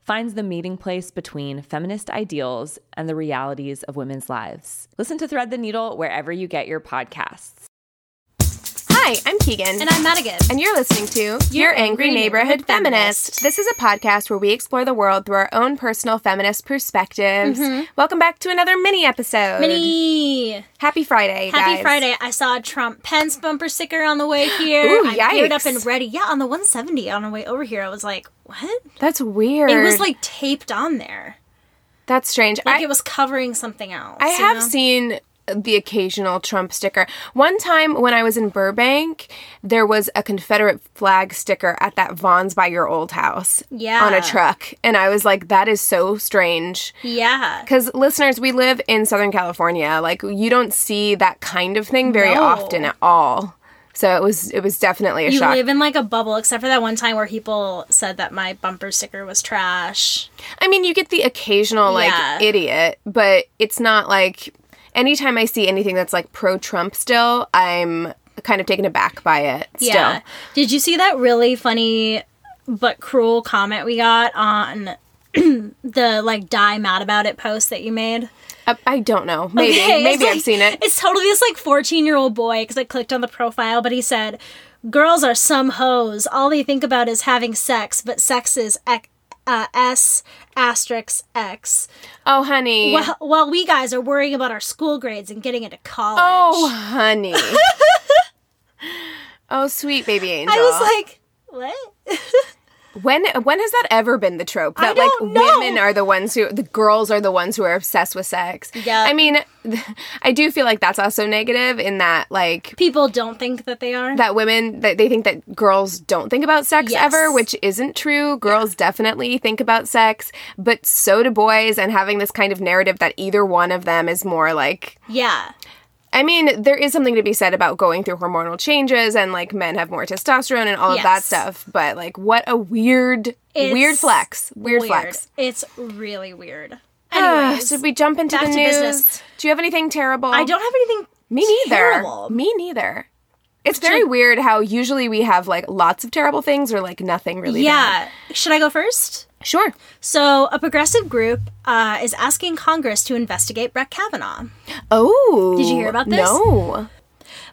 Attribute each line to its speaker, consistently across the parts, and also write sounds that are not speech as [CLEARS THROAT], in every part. Speaker 1: finds the meeting place between feminist ideals and the realities of women's lives. Listen to Thread the Needle wherever you get your podcasts.
Speaker 2: Hi, I'm Keegan.
Speaker 3: And I'm Madigan.
Speaker 2: And you're listening to Your Angry Neighborhood Feminist. This is a podcast where we explore the world through our own personal feminist perspectives. Welcome back to another mini episode.
Speaker 3: Mm-hmm. Mini.
Speaker 2: Happy Friday,
Speaker 3: Happy
Speaker 2: guys.
Speaker 3: Friday. I saw a Trump Pence bumper sticker on the way here.
Speaker 2: Ooh,
Speaker 3: I geared up
Speaker 2: yikes.
Speaker 3: and ready. Yeah, on the 170 on the way over here, I was like, what?
Speaker 2: That's weird.
Speaker 3: It was like taped on there.
Speaker 2: that's strange.
Speaker 3: Like
Speaker 2: I,
Speaker 3: it was covering something else.
Speaker 2: I
Speaker 3: you
Speaker 2: have
Speaker 3: know?
Speaker 2: seen the occasional Trump sticker. One time when I was in Burbank, there was a Confederate flag sticker at that Vaughn's by your old house
Speaker 3: Yeah.
Speaker 2: on a truck. And I was like, that is so strange.
Speaker 3: Yeah.
Speaker 2: Because listeners, we live in Southern California. Like you don't see that kind of thing very
Speaker 3: No.
Speaker 2: often at all. So it was it was definitely a
Speaker 3: You
Speaker 2: shock.
Speaker 3: live in like a bubble, except for that one time where people said that my bumper sticker was trash.
Speaker 2: I mean, you get the occasional like
Speaker 3: Yeah.
Speaker 2: idiot, but it's not like anytime I see anything that's like pro Trump still, I'm kind of taken aback by it still.
Speaker 3: Yeah. Did you see that really funny but cruel comment we got on [CLEARS THROAT] the like die mad about it post that you made?
Speaker 2: I, I don't know. Maybe
Speaker 3: Okay, it's
Speaker 2: maybe I've
Speaker 3: like-
Speaker 2: seen it.
Speaker 3: It's totally this like 14 year old boy because I clicked on the profile, but he said, Girls are some hoes. All they think about is having sex, but sex is ec- uh, S asterisk X.
Speaker 2: Oh honey.
Speaker 3: While, while we guys are worrying about our school grades and getting into college.
Speaker 2: oh
Speaker 3: [LAUGHS]
Speaker 2: honey. oh sweet baby angel.
Speaker 3: I was like, What? [LAUGHS]
Speaker 2: When when has that ever been the trope that
Speaker 3: don't
Speaker 2: like
Speaker 3: know.
Speaker 2: women are the ones who the girls are the ones who are obsessed with sex?
Speaker 3: Yeah.
Speaker 2: I mean, [LAUGHS] I do feel like that's also negative in that like
Speaker 3: People don't think that they are.
Speaker 2: that women that they think that girls don't think about sex
Speaker 3: Yes.
Speaker 2: ever, which isn't true. Girls definitely think about sex, but so do boys. And having this kind of narrative that either one of them is more like
Speaker 3: yeah.
Speaker 2: I mean, there is something to be said about going through hormonal changes and like men have more testosterone and all of that
Speaker 3: Yes.
Speaker 2: stuff, but like what a weird weird
Speaker 3: It's
Speaker 2: flex. Weird, flex.
Speaker 3: It's really weird.
Speaker 2: Ah, [SIGHS]
Speaker 3: Anyways,
Speaker 2: should we jump into
Speaker 3: back
Speaker 2: the
Speaker 3: to
Speaker 2: news?
Speaker 3: business.
Speaker 2: Do you have anything terrible?
Speaker 3: I don't have anything.
Speaker 2: Me neither.
Speaker 3: terrible.
Speaker 2: Me neither. It's very weird how usually we have like lots of terrible things or like nothing really. bad.
Speaker 3: Yeah. Should I go first?
Speaker 2: Sure.
Speaker 3: So, a progressive group uh, is asking Congress to investigate Brett Kavanaugh.
Speaker 2: Oh.
Speaker 3: Did you hear about this?
Speaker 2: No.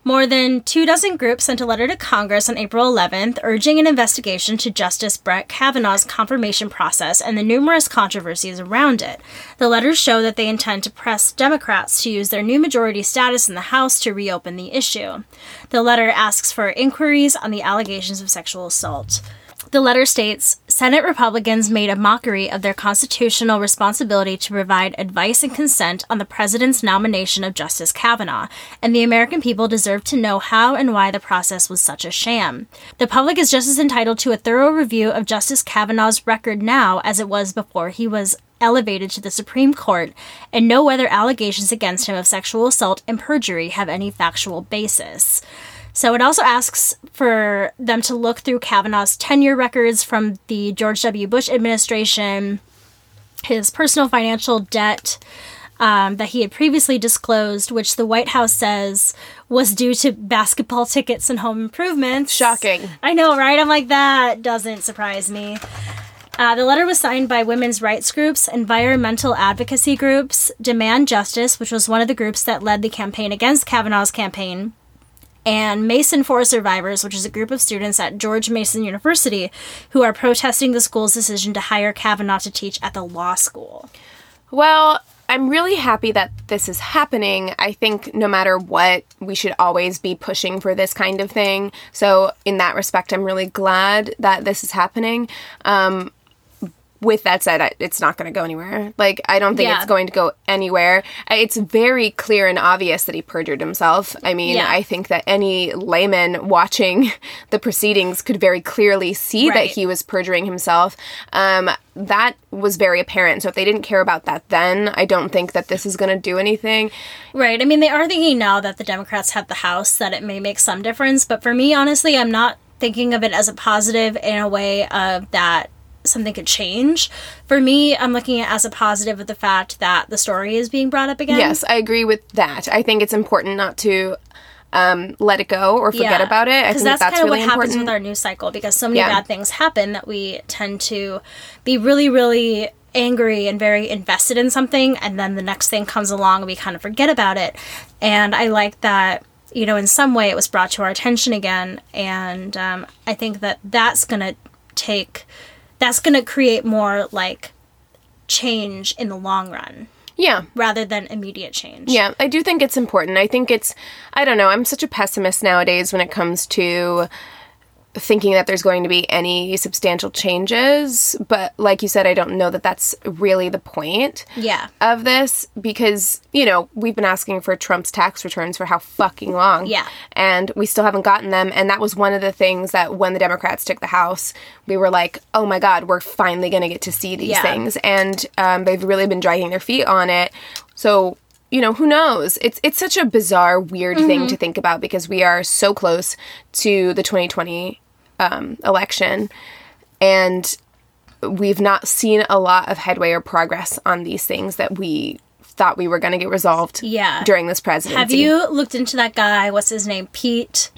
Speaker 3: More than two dozen groups sent a letter to Congress on April 11th urging an investigation to Justice Brett Kavanaugh's confirmation process and the numerous controversies around it. The letters show that they intend to press Democrats to use their new majority status in the House to reopen the issue. The letter asks for inquiries on the allegations of sexual assault. The letter states Senate Republicans made a mockery of their constitutional responsibility to provide advice and consent on the president's nomination of Justice Kavanaugh, and the American people deserve to know how and why the process was such a sham. The public is just as entitled to a thorough review of Justice Kavanaugh's record now as it was before he was elevated to the Supreme Court and know whether allegations against him of sexual assault and perjury have any factual basis. So it also asks for them to look through Kavanaugh's tenure records from the George W. Bush administration, his personal financial debt um, that he had previously disclosed, which the White House says was due to basketball tickets and home improvements.
Speaker 2: Shocking.
Speaker 3: I know, right? I'm like, that doesn't surprise me. Uh, the letter was signed by women's rights groups, environmental advocacy groups, Demand Justice, which was one of the groups that led the campaign against Kavanaugh's campaign, and Mason Forest Survivors, which is a group of students at George Mason University who are protesting the school's decision to hire Kavanaugh to teach at the law school.
Speaker 2: Well, I'm really happy that this is happening. I think no matter what, we should always be pushing for this kind of thing. So, in that respect, I'm really glad that this is happening. Um, with that said, I- it's not going to go anywhere. Like, I don't think
Speaker 3: Yeah.
Speaker 2: it's going to go anywhere. Uh, It's very clear and obvious that he perjured himself. I mean,
Speaker 3: Yeah.
Speaker 2: I think that any layman watching [LAUGHS] the proceedings could very clearly see that
Speaker 3: Right.
Speaker 2: he was perjuring himself. Um, that was very apparent. So if they didn't care about that then, I don't think that this is going to do anything.
Speaker 3: Right. I mean, they are thinking now that the Democrats have the House that it may make some difference. But for me, honestly, I'm not thinking of it as a positive in a way of that something could change. For me, I'm looking at it as a positive of the fact that the story is being brought up again.
Speaker 2: Yes, I agree with that. I think it's important not to um, let it go or forget
Speaker 3: Yeah.
Speaker 2: about it. I think that's,
Speaker 3: that's,
Speaker 2: that's
Speaker 3: kind of
Speaker 2: really
Speaker 3: what happens
Speaker 2: important.
Speaker 3: with our news cycle because so many
Speaker 2: Yeah.
Speaker 3: bad things happen that we tend to be really, really angry and very invested in something, and then the next thing comes along and we kind of forget about it. And I like that. You know, in some way, it was brought to our attention again, and um, I think that that's gonna take, that's gonna create more like change in the long run
Speaker 2: yeah.
Speaker 3: rather than immediate change.
Speaker 2: Yeah, I do think it's important. I think it's, I don't know, I'm such a pessimist nowadays when it comes to thinking that there's going to be any substantial changes. But like you said, I don't know that that's really the point
Speaker 3: Yeah.
Speaker 2: of this because, you know, we've been asking for Trump's tax returns for how fucking long.
Speaker 3: Yeah.
Speaker 2: And we still haven't gotten them. And that was one of the things that when the Democrats took the House, we were like, oh my God, we're finally going to get to see these
Speaker 3: Yeah.
Speaker 2: things. And um, they've really been dragging their feet on it. So, you know, who knows? It's it's such a bizarre, weird
Speaker 3: Mm-hmm.
Speaker 2: thing to think about because we are so close to the 2020 um, election. And we've not seen a lot of headway or progress on these things that we thought we were going to get resolved
Speaker 3: Yeah.
Speaker 2: during this presidency.
Speaker 3: Have you looked into that guy? What's his name? Pete.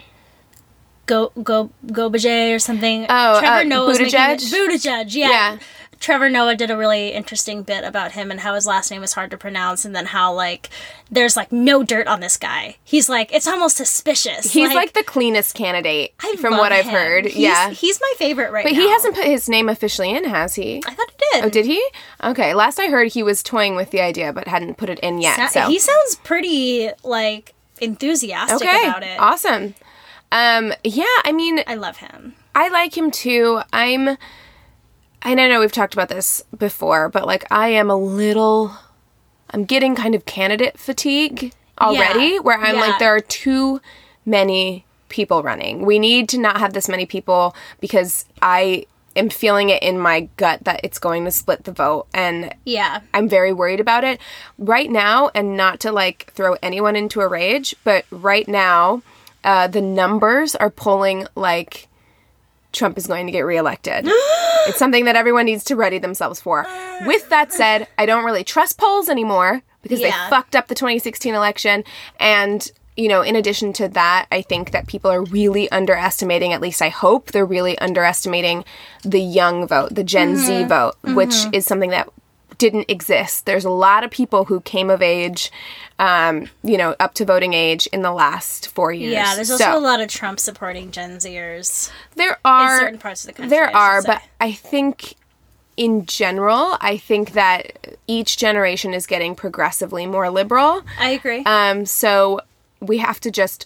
Speaker 3: Go go Gobajay or something.
Speaker 2: Oh, uh,
Speaker 3: was making it-
Speaker 2: Buttigieg?
Speaker 3: Buttigieg, yeah.
Speaker 2: Yeah.
Speaker 3: Trevor Noah did a really interesting bit about him and how his last name is hard to pronounce, and then how like there's like no dirt on this guy. He's like it's almost suspicious.
Speaker 2: He's like, the cleanest candidate
Speaker 3: I
Speaker 2: from
Speaker 3: love
Speaker 2: what I've
Speaker 3: him.
Speaker 2: heard.
Speaker 3: He's-
Speaker 2: yeah.
Speaker 3: he's my favorite right
Speaker 2: but
Speaker 3: now.
Speaker 2: he hasn't put his name officially in, has he?
Speaker 3: I thought he did.
Speaker 2: Oh, did he? Okay. Last I heard, he was toying with the idea, but hadn't put it in yet. so
Speaker 3: He sounds pretty like enthusiastic
Speaker 2: okay,
Speaker 3: about it.
Speaker 2: awesome. Um, yeah, I mean,
Speaker 3: I love him.
Speaker 2: I like him too. I'm, and I know we've talked about this before, but like I am a little, I'm getting kind of candidate fatigue already,
Speaker 3: Yeah,
Speaker 2: where I'm
Speaker 3: yeah.
Speaker 2: like, there are too many people running. We need to not have this many people because I am feeling it in my gut that it's going to split the vote. And
Speaker 3: Yeah.
Speaker 2: I'm very worried about it right now, and not to like throw anyone into a rage, but right now, uh, the numbers are pulling like Trump is going to get reelected. [GASPS] it's something that everyone needs to ready themselves for. With that said, I don't really trust polls anymore because
Speaker 3: Yeah.
Speaker 2: they fucked up the 2016 election. And, you know, in addition to that, I think that people are really underestimating, at least I hope they're really underestimating the young vote, the general
Speaker 3: Mm-hmm.
Speaker 2: Z vote, which is something that didn't exist. There's a lot of people who came of age, um, you know, up to voting age in the last four years.
Speaker 3: Yeah, there's also
Speaker 2: So,
Speaker 3: a lot of Trump supporting Gen Zers.
Speaker 2: there are
Speaker 3: certain parts of the country, I should
Speaker 2: There are,
Speaker 3: say.
Speaker 2: but I think in general, I think that each generation is getting progressively more liberal.
Speaker 3: I agree.
Speaker 2: Um, so we have to just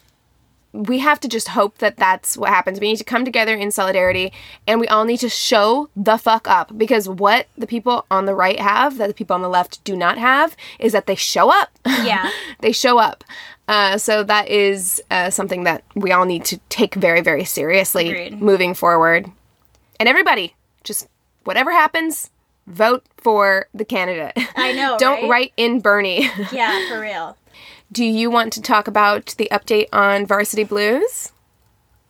Speaker 2: we have to just hope that that's what happens. We need to come together in solidarity, and we all need to show the fuck up because what the people on the right have that the people on the left do not have is that they show up. [LAUGHS]
Speaker 3: Yeah.
Speaker 2: they show up. Uh, so that is uh, something that we all need to take very, very seriously
Speaker 3: Agreed.
Speaker 2: moving forward. And everybody, just whatever happens, vote for the candidate.
Speaker 3: I know,
Speaker 2: [LAUGHS] Don't
Speaker 3: right?
Speaker 2: write in Bernie. [LAUGHS]
Speaker 3: yeah, for real.
Speaker 2: Do you want to talk about the update on Varsity Blues?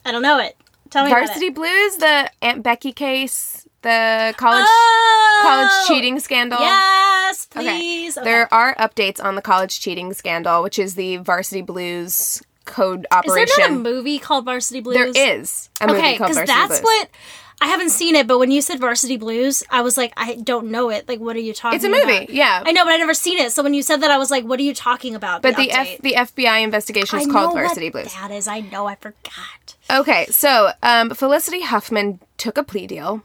Speaker 3: Oh, I don't know it. Tell me
Speaker 2: Varsity
Speaker 3: about it.
Speaker 2: Blues, the Aunt Becky case, the college
Speaker 3: Oh!
Speaker 2: college cheating scandal.
Speaker 3: Yes,
Speaker 2: Okay.
Speaker 3: please. Okay.
Speaker 2: There are updates on the college cheating scandal, which is the Varsity Blues code
Speaker 3: Is there
Speaker 2: operation.
Speaker 3: not a movie called Varsity Blues?
Speaker 2: There is a movie
Speaker 3: Okay,
Speaker 2: called
Speaker 3: because
Speaker 2: Varsity
Speaker 3: that's
Speaker 2: Blues.
Speaker 3: what I haven't seen it, but when you said Varsity Blues, I was like, I don't know it. Like, what are you talking?
Speaker 2: It's a movie,
Speaker 3: about?
Speaker 2: yeah.
Speaker 3: I know, but I never seen it. So when you said that, I was like, what are you talking about?
Speaker 2: but the
Speaker 3: update?
Speaker 2: F, the FBI investigation
Speaker 3: I
Speaker 2: is called
Speaker 3: know what
Speaker 2: Varsity Blues.
Speaker 3: That is, I know, I forgot.
Speaker 2: Okay, so um, Felicity Huffman took a plea deal.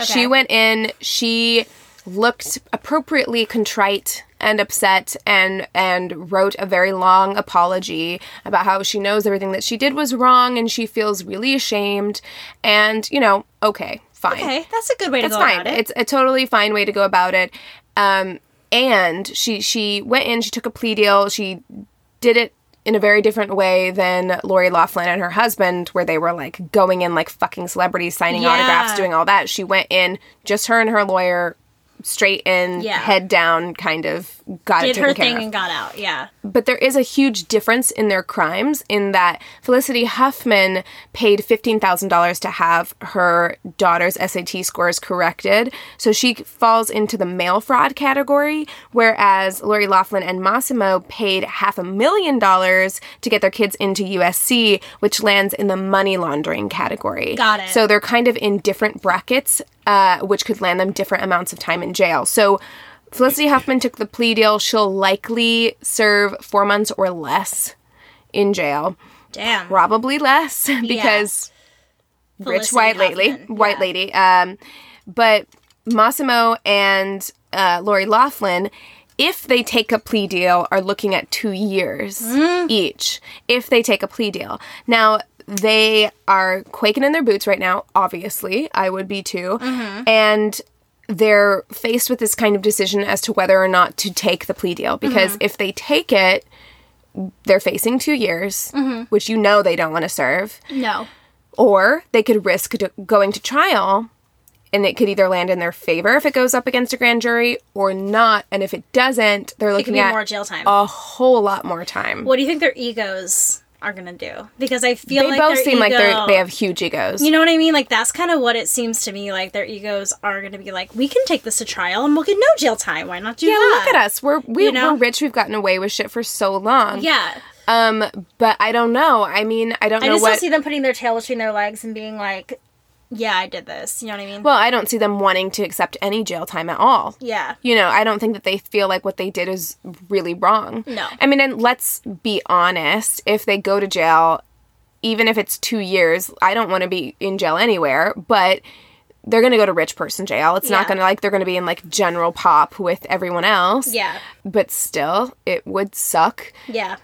Speaker 3: Okay.
Speaker 2: She went in. She looked appropriately contrite and upset, and and wrote a very long apology about how she knows everything that she did was wrong, and she feels really ashamed. And you know, okay, fine.
Speaker 3: Okay, that's a good way to
Speaker 2: That's
Speaker 3: go
Speaker 2: fine.
Speaker 3: about it.
Speaker 2: It's a totally fine way to go about it. Um, and she she went in. She took a plea deal. She did it in a very different way than Lori Laughlin and her husband, where they were like going in like fucking celebrities, signing
Speaker 3: Yeah.
Speaker 2: autographs, doing all that. She went in just her and her lawyer, straight in,
Speaker 3: Yeah.
Speaker 2: head down, kind of got it
Speaker 3: Did
Speaker 2: taken
Speaker 3: her
Speaker 2: care
Speaker 3: thing
Speaker 2: of
Speaker 3: and got out. Yeah.
Speaker 2: but there is a huge difference in their crimes in that Felicity Huffman paid $15,000 to have her daughter's SAT scores corrected. So she falls into the mail fraud category, whereas Lori Laughlin and Massimo paid half a million dollars to get their kids into USC, which lands in the money laundering category.
Speaker 3: Got it.
Speaker 2: So they're kind of in different brackets, uh, which could land them different amounts of time in jail. So Felicity Huffman took the plea deal. She'll likely serve four months or less in jail.
Speaker 3: Damn.
Speaker 2: Probably less [LAUGHS] because rich
Speaker 3: Felicity
Speaker 2: white lady, [LAUGHS]
Speaker 3: Huffman.
Speaker 2: white
Speaker 3: Yeah.
Speaker 2: lady. Um, but Massimo and uh, Lori Laughlin, if they take a plea deal, are looking at two years
Speaker 3: Mm.
Speaker 2: each. If they take a plea deal, now they are quaking in their boots right now. Obviously, I would be too,
Speaker 3: Mm-hmm.
Speaker 2: and. They're faced with this kind of decision as to whether or not to take the plea deal because
Speaker 3: Mm-hmm.
Speaker 2: if they take it, they're facing two years,
Speaker 3: Mm-hmm.
Speaker 2: which you know they don't want to serve
Speaker 3: No.
Speaker 2: or they could risk d- going to trial and it could either land in their favor if it goes up against a grand jury or not and if it doesn't they're
Speaker 3: It could
Speaker 2: looking
Speaker 3: be
Speaker 2: at
Speaker 3: more jail time.
Speaker 2: a whole lot more time
Speaker 3: what do you think their egos are gonna do? Because I feel
Speaker 2: they
Speaker 3: like
Speaker 2: both
Speaker 3: their
Speaker 2: seem
Speaker 3: ego,
Speaker 2: like they they have huge egos
Speaker 3: You know what I mean? Like that's kind of what it seems to me. Like their egos are gonna be like, we can take this to trial and we'll get no jail time. Why not do
Speaker 2: yeah,
Speaker 3: that?
Speaker 2: look at us we're we,
Speaker 3: You know?
Speaker 2: we're rich we've gotten away with shit for so long
Speaker 3: Yeah.
Speaker 2: um but i don't know i mean i don't
Speaker 3: I
Speaker 2: know
Speaker 3: just
Speaker 2: what
Speaker 3: don't see them putting their tail between their legs and being like, yeah, I did this. You know what I mean?
Speaker 2: well i don't see them wanting to accept any jail time at all
Speaker 3: yeah.
Speaker 2: you know, I don't think that they feel like what they did is really wrong.
Speaker 3: No.
Speaker 2: I mean, and let's be honest, if they go to jail, even if it's two years, I don't want to be in jail anywhere, but they're going to go to rich person jail. It's
Speaker 3: Yeah.
Speaker 2: not going to, like, they're going to be in, like, general pop with everyone else.
Speaker 3: Yeah.
Speaker 2: But still, it would suck.
Speaker 3: Yeah.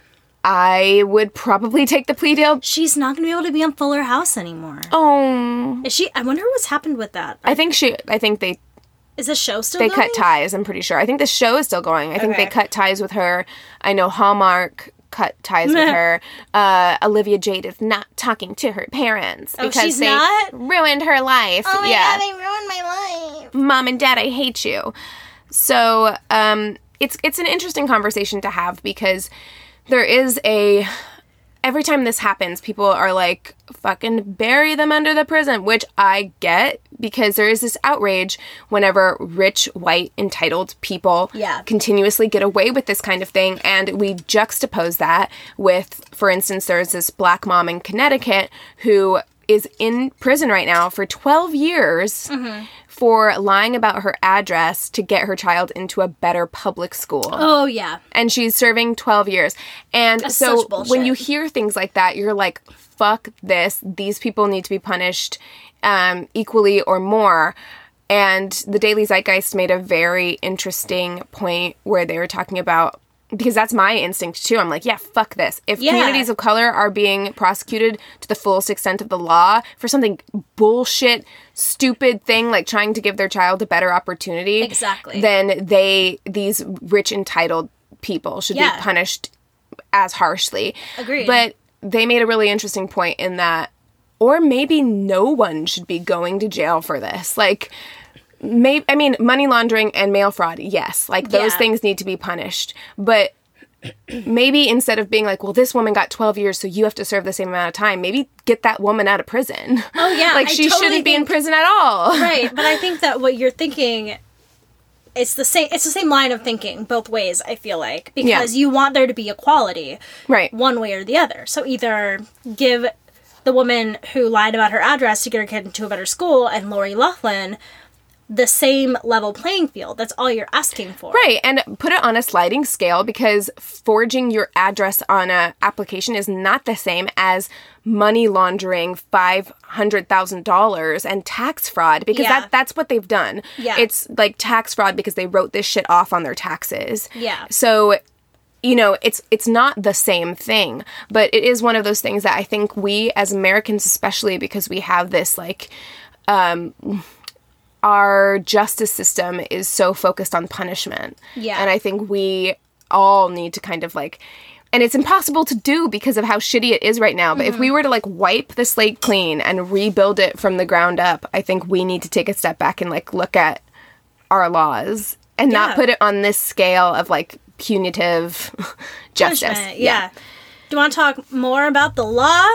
Speaker 2: I would probably take the plea deal.
Speaker 3: She's not gonna be able to be on Fuller House anymore.
Speaker 2: Oh.
Speaker 3: Is she? I wonder what's happened with that.
Speaker 2: I think she, I think they
Speaker 3: Is the show still?
Speaker 2: they
Speaker 3: going?
Speaker 2: cut ties i'm pretty sure i think the show is still going i think
Speaker 3: Okay.
Speaker 2: they cut ties with her i know hallmark cut ties
Speaker 3: [LAUGHS]
Speaker 2: with her uh, olivia jade is not talking to her parents because
Speaker 3: Oh, she's
Speaker 2: they
Speaker 3: not?
Speaker 2: ruined her life
Speaker 3: Oh my
Speaker 2: yeah
Speaker 3: god, they ruined my life.
Speaker 2: mom and dad i hate you so um, it's it's an interesting conversation to have because there is a every time this happens people are like fucking bury them under the prison which i get because there is this outrage whenever rich white entitled people
Speaker 3: Yeah.
Speaker 2: continuously get away with this kind of thing and we juxtapose that with for instance there's this black mom in connecticut who is in prison right now for 12 years for lying about her address to get her child into a better public school.
Speaker 3: Oh yeah.
Speaker 2: And she's serving 12 years. And so
Speaker 3: such bullshit.
Speaker 2: when you hear things like that, you're like, fuck this. These people need to be punished um, equally or more. And the Daily Zeitgeist made a very interesting point where they were talking about. Because that's my instinct too. I'm like, yeah, fuck this. If
Speaker 3: Yeah.
Speaker 2: communities of color are being prosecuted to the fullest extent of the law for something bullshit, stupid thing like trying to give their child a better opportunity,
Speaker 3: Exactly.
Speaker 2: then they these rich entitled people should
Speaker 3: Yeah.
Speaker 2: be punished as harshly.
Speaker 3: Agreed.
Speaker 2: But they made a really interesting point in that or maybe no one should be going to jail for this. Like may I mean money laundering and mail fraud, yes. Like those
Speaker 3: Yeah.
Speaker 2: things need to be punished. But maybe instead of being like, well, this woman got 12 years, so you have to serve the same amount of time, maybe get that woman out of prison.
Speaker 3: Oh, yeah,
Speaker 2: [LAUGHS] like
Speaker 3: I
Speaker 2: she
Speaker 3: totally
Speaker 2: shouldn't be in
Speaker 3: think-
Speaker 2: prison at all.
Speaker 3: right but i think that what you're thinking it's the same it's the same line of thinking both ways i feel like because you want there to be equality
Speaker 2: Right.
Speaker 3: one way or the other so either give the woman who lied about her address to get her kid into a better school and lori laughlin the same level playing field that's all you're asking for
Speaker 2: Right, and put it on a sliding scale because forging your address on a application is not the same as money laundering five hundred thousand dollars and tax fraud because
Speaker 3: Yeah.
Speaker 2: that that's what they've done.
Speaker 3: Yeah.
Speaker 2: it's like tax fraud because they wrote this shit off on their taxes.
Speaker 3: Yeah.
Speaker 2: so you know it's it's not the same thing but it is one of those things that i think we as americans especially because we have this like our justice system is so focused on punishment.
Speaker 3: Yeah.
Speaker 2: And I think we all need to kind of like and it's impossible to do because of how shitty it is right now. But if we
Speaker 3: Mm-hmm.
Speaker 2: were to like wipe the slate clean and rebuild it from the ground up, I think we need to take a step back and like look at our laws and
Speaker 3: Yeah.
Speaker 2: not put it on this scale of like punitive [LAUGHS] justice.
Speaker 3: Punishment, yeah. do you want to talk more about the law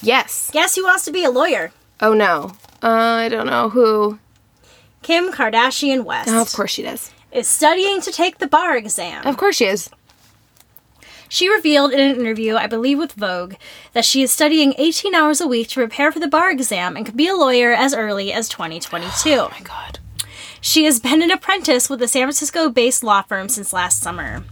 Speaker 2: Yes.
Speaker 3: guess who wants to be a lawyer
Speaker 2: Oh no. Uh, I don't know who.
Speaker 3: kim kardashian west
Speaker 2: Oh, of course she does.
Speaker 3: is studying to take the bar exam
Speaker 2: Of course she is.
Speaker 3: She revealed in an interview, I believe with Vogue, that she is studying 18 hours a week to prepare for the bar exam and could be a lawyer as early as 2022. Oh my god. She has been an apprentice with the San Francisco based law firm since last summer.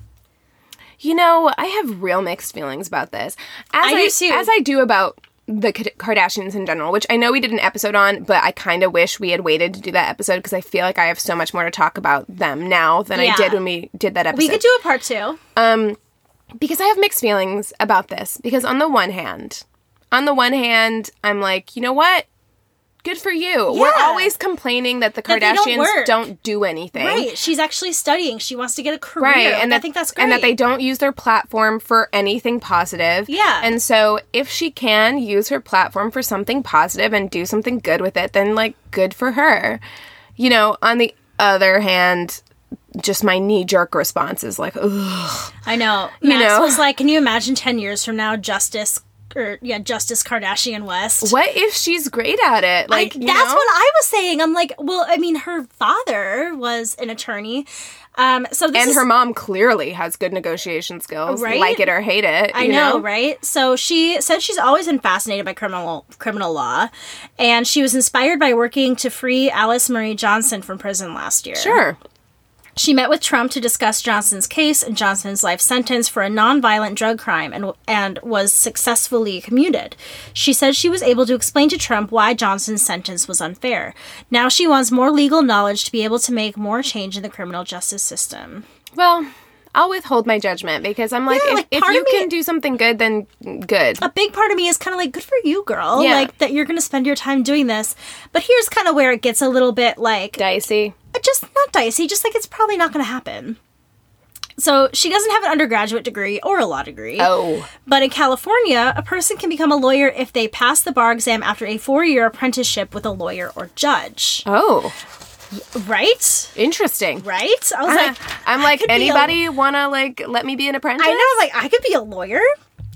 Speaker 2: You know, I have real mixed feelings about this. As
Speaker 3: I do too.
Speaker 2: As I do about the K- Kardashians in general, which I know we did an episode on, but I kind of wish we had waited to do that episode because I feel like I have so much more to talk about them now than
Speaker 3: Yeah.
Speaker 2: I did when we did that episode.
Speaker 3: We could do a part two.
Speaker 2: because I have mixed feelings about this. Because on the one hand, on the one hand, I'm like, you know what? Good for you. We're
Speaker 3: Yeah.
Speaker 2: always complaining that the
Speaker 3: That they don't
Speaker 2: Kardashians
Speaker 3: work.
Speaker 2: don't, do anything.
Speaker 3: Right. She's actually studying. She wants to get a
Speaker 2: Eh?
Speaker 3: career.
Speaker 2: right
Speaker 3: and
Speaker 2: and
Speaker 3: I
Speaker 2: that-
Speaker 3: think that's great.
Speaker 2: and that they don't use their platform for anything positive
Speaker 3: Yeah.
Speaker 2: and so if she can use her platform for something positive and do something good with it then like good for her you know on the other hand just my knee-jerk response is like Ugh.
Speaker 3: I know. Max
Speaker 2: know.
Speaker 3: was like, can you imagine 10 years from now, Justice, or yeah, Justice Kardashian West?
Speaker 2: what if she's great at it
Speaker 3: I-
Speaker 2: like
Speaker 3: that's
Speaker 2: you know?
Speaker 3: what I was saying. I'm like, well, I mean, her father was an attorney, um, so this
Speaker 2: and
Speaker 3: is,
Speaker 2: her mom clearly has good negotiation skills
Speaker 3: Right?
Speaker 2: like it or hate it
Speaker 3: I
Speaker 2: you
Speaker 3: know, right? So she said she's always been fascinated by criminal criminal law, and she was inspired by working to free Alice Marie Johnson from prison last year.
Speaker 2: sure
Speaker 3: She met with Trump to discuss Johnson's case and Johnson's life sentence for a nonviolent drug crime and, and was successfully commuted. She said she was able to explain to Trump why Johnson's sentence was unfair. Now she wants more legal knowledge to be able to make more change in the criminal justice system.
Speaker 2: well I'll withhold my judgment because I'm like,
Speaker 3: Yeah,
Speaker 2: if,
Speaker 3: like,
Speaker 2: if
Speaker 3: part of
Speaker 2: you
Speaker 3: me-
Speaker 2: can do something good, then good.
Speaker 3: A big part of me is kind of like, good for you, girl.
Speaker 2: Yeah.
Speaker 3: Like, that you're going to spend your time doing this. But here's kind of where it gets a little bit like,
Speaker 2: Dicey.
Speaker 3: Uh, just not dicey, just like it's probably not going to happen. So she doesn't have an undergraduate degree or a law degree.
Speaker 2: Oh.
Speaker 3: But in California, a person can become a lawyer if they pass the bar exam after a four year apprenticeship with a lawyer or judge.
Speaker 2: Oh,
Speaker 3: Right?
Speaker 2: interesting.
Speaker 3: Right? I was like,
Speaker 2: Uh-huh. I'm like,
Speaker 3: could be
Speaker 2: anybody wanna like let me be an apprentice?
Speaker 3: I know, like, I could be a lawyer.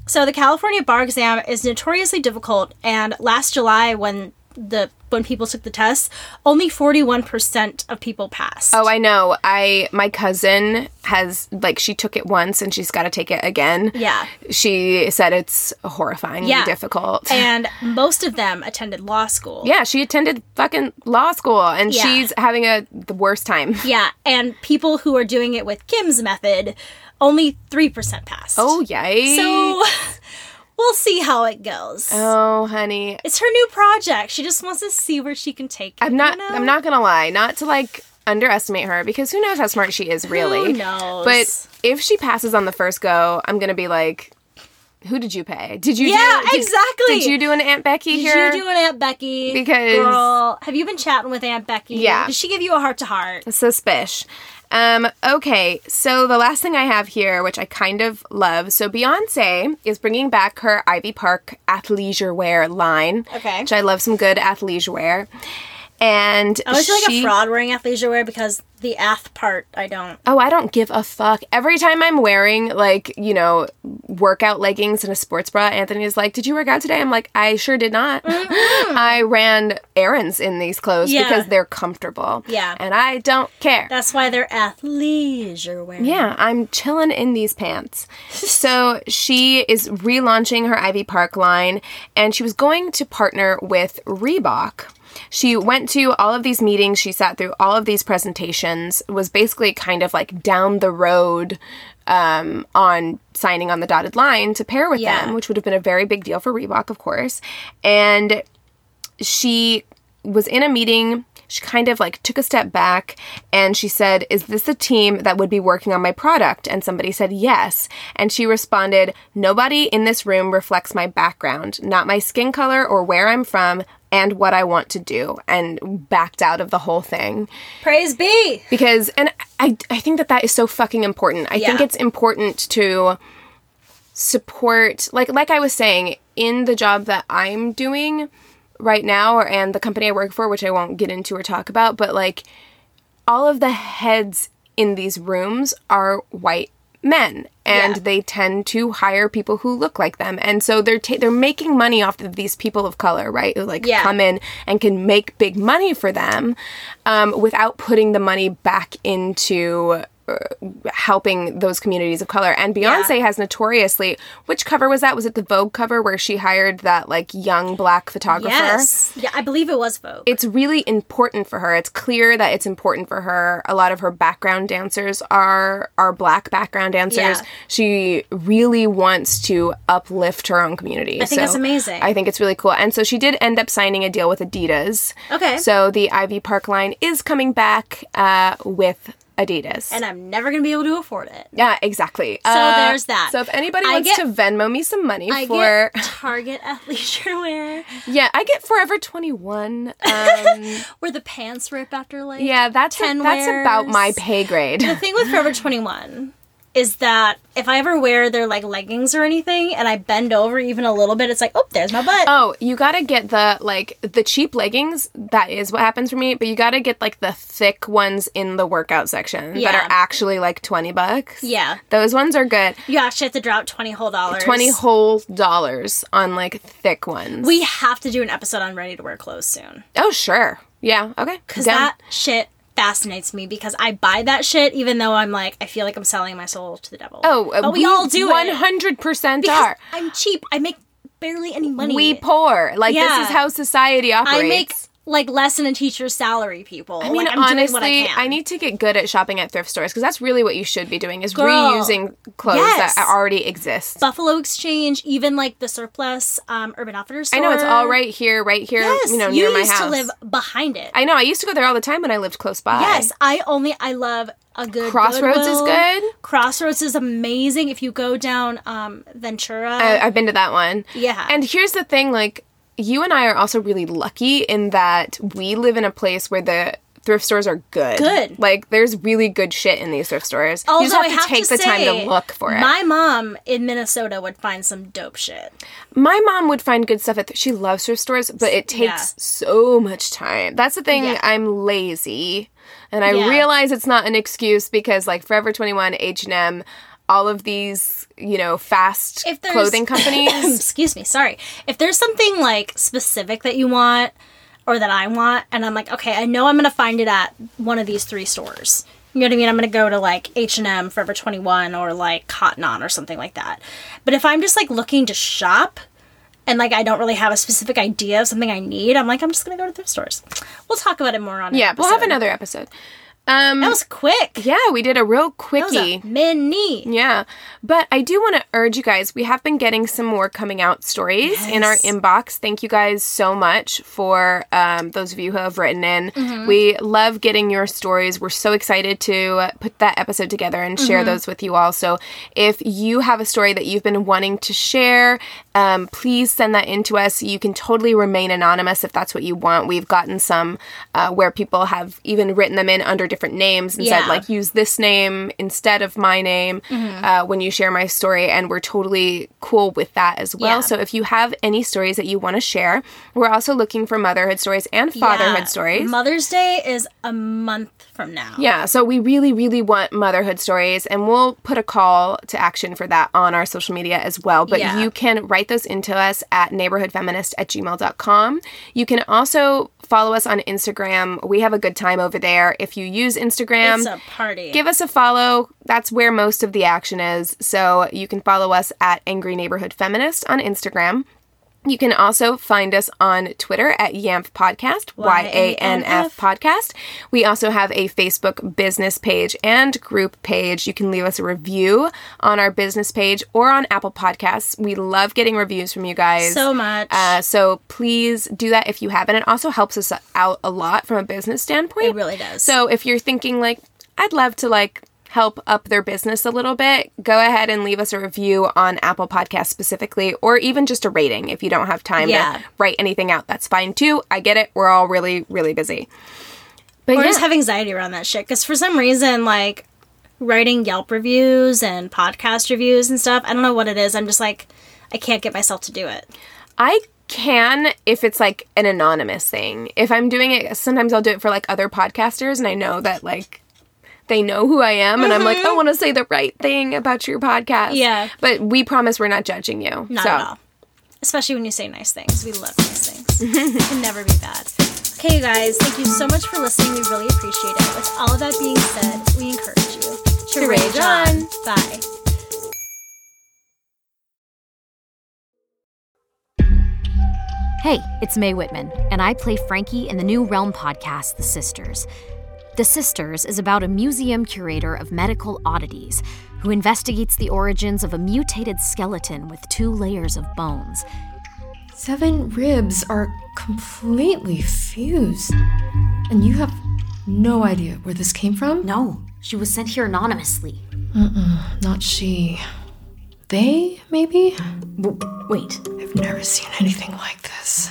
Speaker 3: So the California bar exam is notoriously difficult, and last July, when the when people took the test, only forty one percent of people passed.
Speaker 2: Oh, I know. I my cousin has like she took it once and she's got to take it again.
Speaker 3: Yeah.
Speaker 2: She said it's horrifyingly
Speaker 3: Yeah.
Speaker 2: difficult.
Speaker 3: and most of them attended law school.
Speaker 2: yeah, she attended fucking law school and
Speaker 3: Yeah.
Speaker 2: she's having a the worst time.
Speaker 3: Yeah, and people who are doing it with Kim's method, only 3% passed.
Speaker 2: Oh, yay.
Speaker 3: So [LAUGHS] we'll see how it goes.
Speaker 2: oh, honey.
Speaker 3: It's her new project. She just wants to see where she can take it.
Speaker 2: I'm not
Speaker 3: you know?
Speaker 2: I'm not going to lie. Not to like underestimate her because who knows how smart she is really.
Speaker 3: Who knows?
Speaker 2: But if she passes on the first go, I'm gonna be like, "Who did you pay? Did you?
Speaker 3: Yeah,
Speaker 2: do, did-
Speaker 3: exactly.
Speaker 2: Did, you do an Aunt Becky
Speaker 3: Did
Speaker 2: here?
Speaker 3: you do an Aunt Becky?
Speaker 2: Because-
Speaker 3: girl, have you been chatting with Aunt Becky?
Speaker 2: Yeah.
Speaker 3: Did she give you a heart to heart?
Speaker 2: Suspish. Um, okay, so the last thing I have here, which I kind of love, so Beyonce is bringing back her Ivy Park athleisure wear line,
Speaker 3: Okay.
Speaker 2: which I love some good athleisure wear, And
Speaker 3: I always feel Oh, like
Speaker 2: she-
Speaker 3: a fraud wearing athleisure wear because the ath part I don't.
Speaker 2: Oh, I don't give a fuck. Every time I'm wearing like, you know, workout leggings and a sports bra, Anthony's like, Did you work out today? I'm like, I sure did not. [LAUGHS] I ran errands in these clothes
Speaker 3: Mm-hmm. Yeah.
Speaker 2: because they're comfortable.
Speaker 3: Yeah.
Speaker 2: And I don't care.
Speaker 3: That's why they're athleisure wear.
Speaker 2: Yeah, I'm chilling in these pants. so she is relaunching her Ivy Park line, and she was going to partner with Reebok. She went to all of these meetings, she sat through all of these presentations, was basically kind of like down the road um, on signing on the dotted line to pair with
Speaker 3: Yeah.
Speaker 2: them, which would have been a very big deal for Reebok, of course. And she was in a meeting. She kind of like took a step back and she said, Is this a team that would be working on my product? And somebody said, Yes. And she responded, Nobody in this room reflects my background, not my skin color or where I'm from and what I want to do. And backed out of the whole thing
Speaker 3: Praise be.
Speaker 2: because and I, I think that that is so fucking important i think
Speaker 3: Yeah.
Speaker 2: it's important to support like like i was saying in the job that i'm doing right now or and the company i work for which i won't get into or talk about but like all of the heads in these rooms are white men and
Speaker 3: Yeah.
Speaker 2: they tend to hire people who look like them and so they're ta- they're making money off of these people of color right who like
Speaker 3: Yeah.
Speaker 2: come in and can make big money for them um, without putting the money back into uh, helping those communities of color and beyonce has notoriously which cover was that was it the vogue cover where she hired that like young black photographer
Speaker 3: Yes. Yeah, I believe it was Vogue.
Speaker 2: it's really important for her. It's clear that it's important for her. A lot of her background dancers are are black background dancers.
Speaker 3: Yeah.
Speaker 2: She really wants to uplift her own community. I
Speaker 3: think that's amazing.
Speaker 2: I think it's really cool. And so she did end up signing a deal with Adidas.
Speaker 3: Okay.
Speaker 2: So the Ivy Park line is coming back uh, with Adidas.
Speaker 3: and I'm never gonna be able to afford it.
Speaker 2: yeah, exactly. So
Speaker 3: there's that.
Speaker 2: So if anybody
Speaker 3: I
Speaker 2: wants
Speaker 3: get-
Speaker 2: to Venmo me some money
Speaker 3: I [LAUGHS]
Speaker 2: for
Speaker 3: get Target athleisure wear
Speaker 2: [LAUGHS] yeah, I get Forever Twenty One. Um,
Speaker 3: [LAUGHS] where the pants rip after like
Speaker 2: yeah, that's
Speaker 3: ten
Speaker 2: that's about
Speaker 3: wears.
Speaker 2: my pay grade.
Speaker 3: [LAUGHS] The thing with Forever 21 is that if I ever wear their like leggings or anything and I bend over even a little bit, it's like, oh, there's my butt.
Speaker 2: Oh, you gotta get the like the cheap leggings. That is what happens for me. But you gotta get like the thick ones in the workout section
Speaker 3: Yeah.
Speaker 2: that are actually like twenty bucks.
Speaker 3: Yeah.
Speaker 2: those ones are good.
Speaker 3: You actually have to drop twenty whole dollars.
Speaker 2: Twenty whole dollars on like thick ones.
Speaker 3: We have to do an episode on ready to wear clothes soon.
Speaker 2: oh sure, yeah, okay.
Speaker 3: Because
Speaker 2: Down.
Speaker 3: that shit fascinates me because I buy that shit even though I'm like, I feel like I'm selling my soul to the devil.
Speaker 2: oh, uh,
Speaker 3: but we, all do
Speaker 2: One
Speaker 3: it.
Speaker 2: hundred percent
Speaker 3: Because
Speaker 2: are.
Speaker 3: I'm cheap. I make barely any money.
Speaker 2: We poor. Like
Speaker 3: Yeah.
Speaker 2: this is how society operates.
Speaker 3: I make like less than a teacher's salary, people.
Speaker 2: I mean,
Speaker 3: like, I'm
Speaker 2: honestly,
Speaker 3: doing what I can.
Speaker 2: need to get good at shopping at thrift stores because that's really what you should be doing is
Speaker 3: Girl.
Speaker 2: reusing clothes
Speaker 3: Yes.
Speaker 2: that already exist.
Speaker 3: Buffalo Exchange, even like the surplus um, Urban Outfitters.
Speaker 2: I know it's
Speaker 3: store.
Speaker 2: all right here, right here,
Speaker 3: Yes,
Speaker 2: you know,
Speaker 3: you
Speaker 2: near my
Speaker 3: used
Speaker 2: house.
Speaker 3: to live behind it.
Speaker 2: I know. I used to go there all the time when I lived close by.
Speaker 3: yes, I only I love a good
Speaker 2: Crossroads is
Speaker 3: Goodwill.
Speaker 2: good.
Speaker 3: Crossroads is amazing. If you go down um, Ventura,
Speaker 2: I, I've been to that one.
Speaker 3: Yeah.
Speaker 2: And here's the thing: like, you and I are also really lucky in that we live in a place where the thrift stores are good.
Speaker 3: Good.
Speaker 2: Like, there's really good shit in these thrift stores.
Speaker 3: although
Speaker 2: you just have
Speaker 3: I
Speaker 2: to
Speaker 3: have
Speaker 2: take
Speaker 3: to
Speaker 2: the time
Speaker 3: say,
Speaker 2: to look for it.
Speaker 3: My mom in Minnesota would find some dope shit.
Speaker 2: my mom would find good stuff at th- she loves thrift stores but it takes
Speaker 3: Yeah.
Speaker 2: so much time that's the thing
Speaker 3: Yeah.
Speaker 2: i'm lazy and i
Speaker 3: Yeah.
Speaker 2: realize it's not an excuse because like forever 21 h&m all of these you know fast
Speaker 3: If there's- [LAUGHS]
Speaker 2: clothing companies
Speaker 3: Excuse me, sorry. If there's something like specific that you want or that I want, and I'm like, okay, I know I'm gonna find it at one of these three stores. You know what I mean? I'm gonna go to like H and M, Forever 21, or like Cotton On, or something like that. But if I'm just like looking to shop, and like I don't really have a specific idea of something I need, I'm like, I'm just gonna go to thrift stores. We'll talk about it more on. an
Speaker 2: yeah we'll have
Speaker 3: episode.
Speaker 2: another episode um
Speaker 3: That was quick.
Speaker 2: yeah we did a real
Speaker 3: That was a
Speaker 2: quickie
Speaker 3: mini.
Speaker 2: Yeah. But I do want to urge you guys, we have been getting some more coming out stories in our inbox. Thank you guys so much for um, those of you who have written in. We love getting your stories. We're so excited to uh, put that episode together and share those with you all. So if you have a story that you've been wanting to share, um, please send that in to us. You can totally remain anonymous if that's what you want. We've gotten some uh, where people have even written them in under different different names and
Speaker 3: Yeah.
Speaker 2: said like use this name instead of my name
Speaker 3: Mm-hmm.
Speaker 2: uh, when you share my story and we're totally cool with that as well
Speaker 3: Yeah.
Speaker 2: so if you have any stories that you want to share we're also looking for motherhood stories and fatherhood
Speaker 3: Yeah.
Speaker 2: stories
Speaker 3: Mother's Day is a month from now.
Speaker 2: yeah, so we really, really want motherhood stories, and we'll put a call to action for that on our social media as well. But
Speaker 3: Yeah.
Speaker 2: you can write those into us at neighborhoodfeminist at gmail.com. You can also follow us on Instagram. We have a good time over there. If you use Instagram,
Speaker 3: It's a party.
Speaker 2: give us a follow. That's where most of the action is. So you can follow us at Angry Neighborhood Feminist on Instagram. You can also find us on Twitter at YAMF Podcast, Y A N F Podcast. We also have a Facebook business page and group page. You can leave us a review on our business page or on Apple Podcasts. We love getting reviews from you guys.
Speaker 3: so much.
Speaker 2: Uh, so please do that if you haven't. It also helps us out a lot from a business standpoint.
Speaker 3: It really does.
Speaker 2: So if you're thinking like, I'd love to like help up their business a little bit, go ahead and leave us a review on Apple Podcasts specifically, or even just a rating if you don't have time
Speaker 3: Yeah.
Speaker 2: to write anything out. That's fine too. I get it. We're all really, really busy. But
Speaker 3: or
Speaker 2: yeah.
Speaker 3: just have anxiety around that shit because for some reason like writing yelp reviews and podcast reviews and stuff i don't know what it is i'm just like i can't get myself to do it
Speaker 2: I can if it's like an anonymous thing. If I'm doing it, sometimes I'll do it for like other podcasters, and I know that like they know who I am, and I'm like, I want to say the right thing about your podcast.
Speaker 3: Mm-hmm. Yeah.
Speaker 2: But we promise we're not judging you.
Speaker 3: not
Speaker 2: so.
Speaker 3: at all especially when you say nice things we love nice things [LAUGHS] it can never be bad okay you guys thank you so much for listening we really appreciate it with all of that being said we encourage you to,
Speaker 2: rage on.
Speaker 3: bye
Speaker 4: Hey, it's Mae Whitman, and I play Frankie in the New Realm podcast, The Sisters. The Sisters is about a museum curator of medical oddities who investigates the origins of a mutated skeleton with two layers of bones.
Speaker 5: Seven ribs are completely fused. And you have no idea where this came from?
Speaker 4: No, she was sent here anonymously.
Speaker 5: Not she. They, maybe?
Speaker 4: W- wait.
Speaker 5: I've never seen anything like this.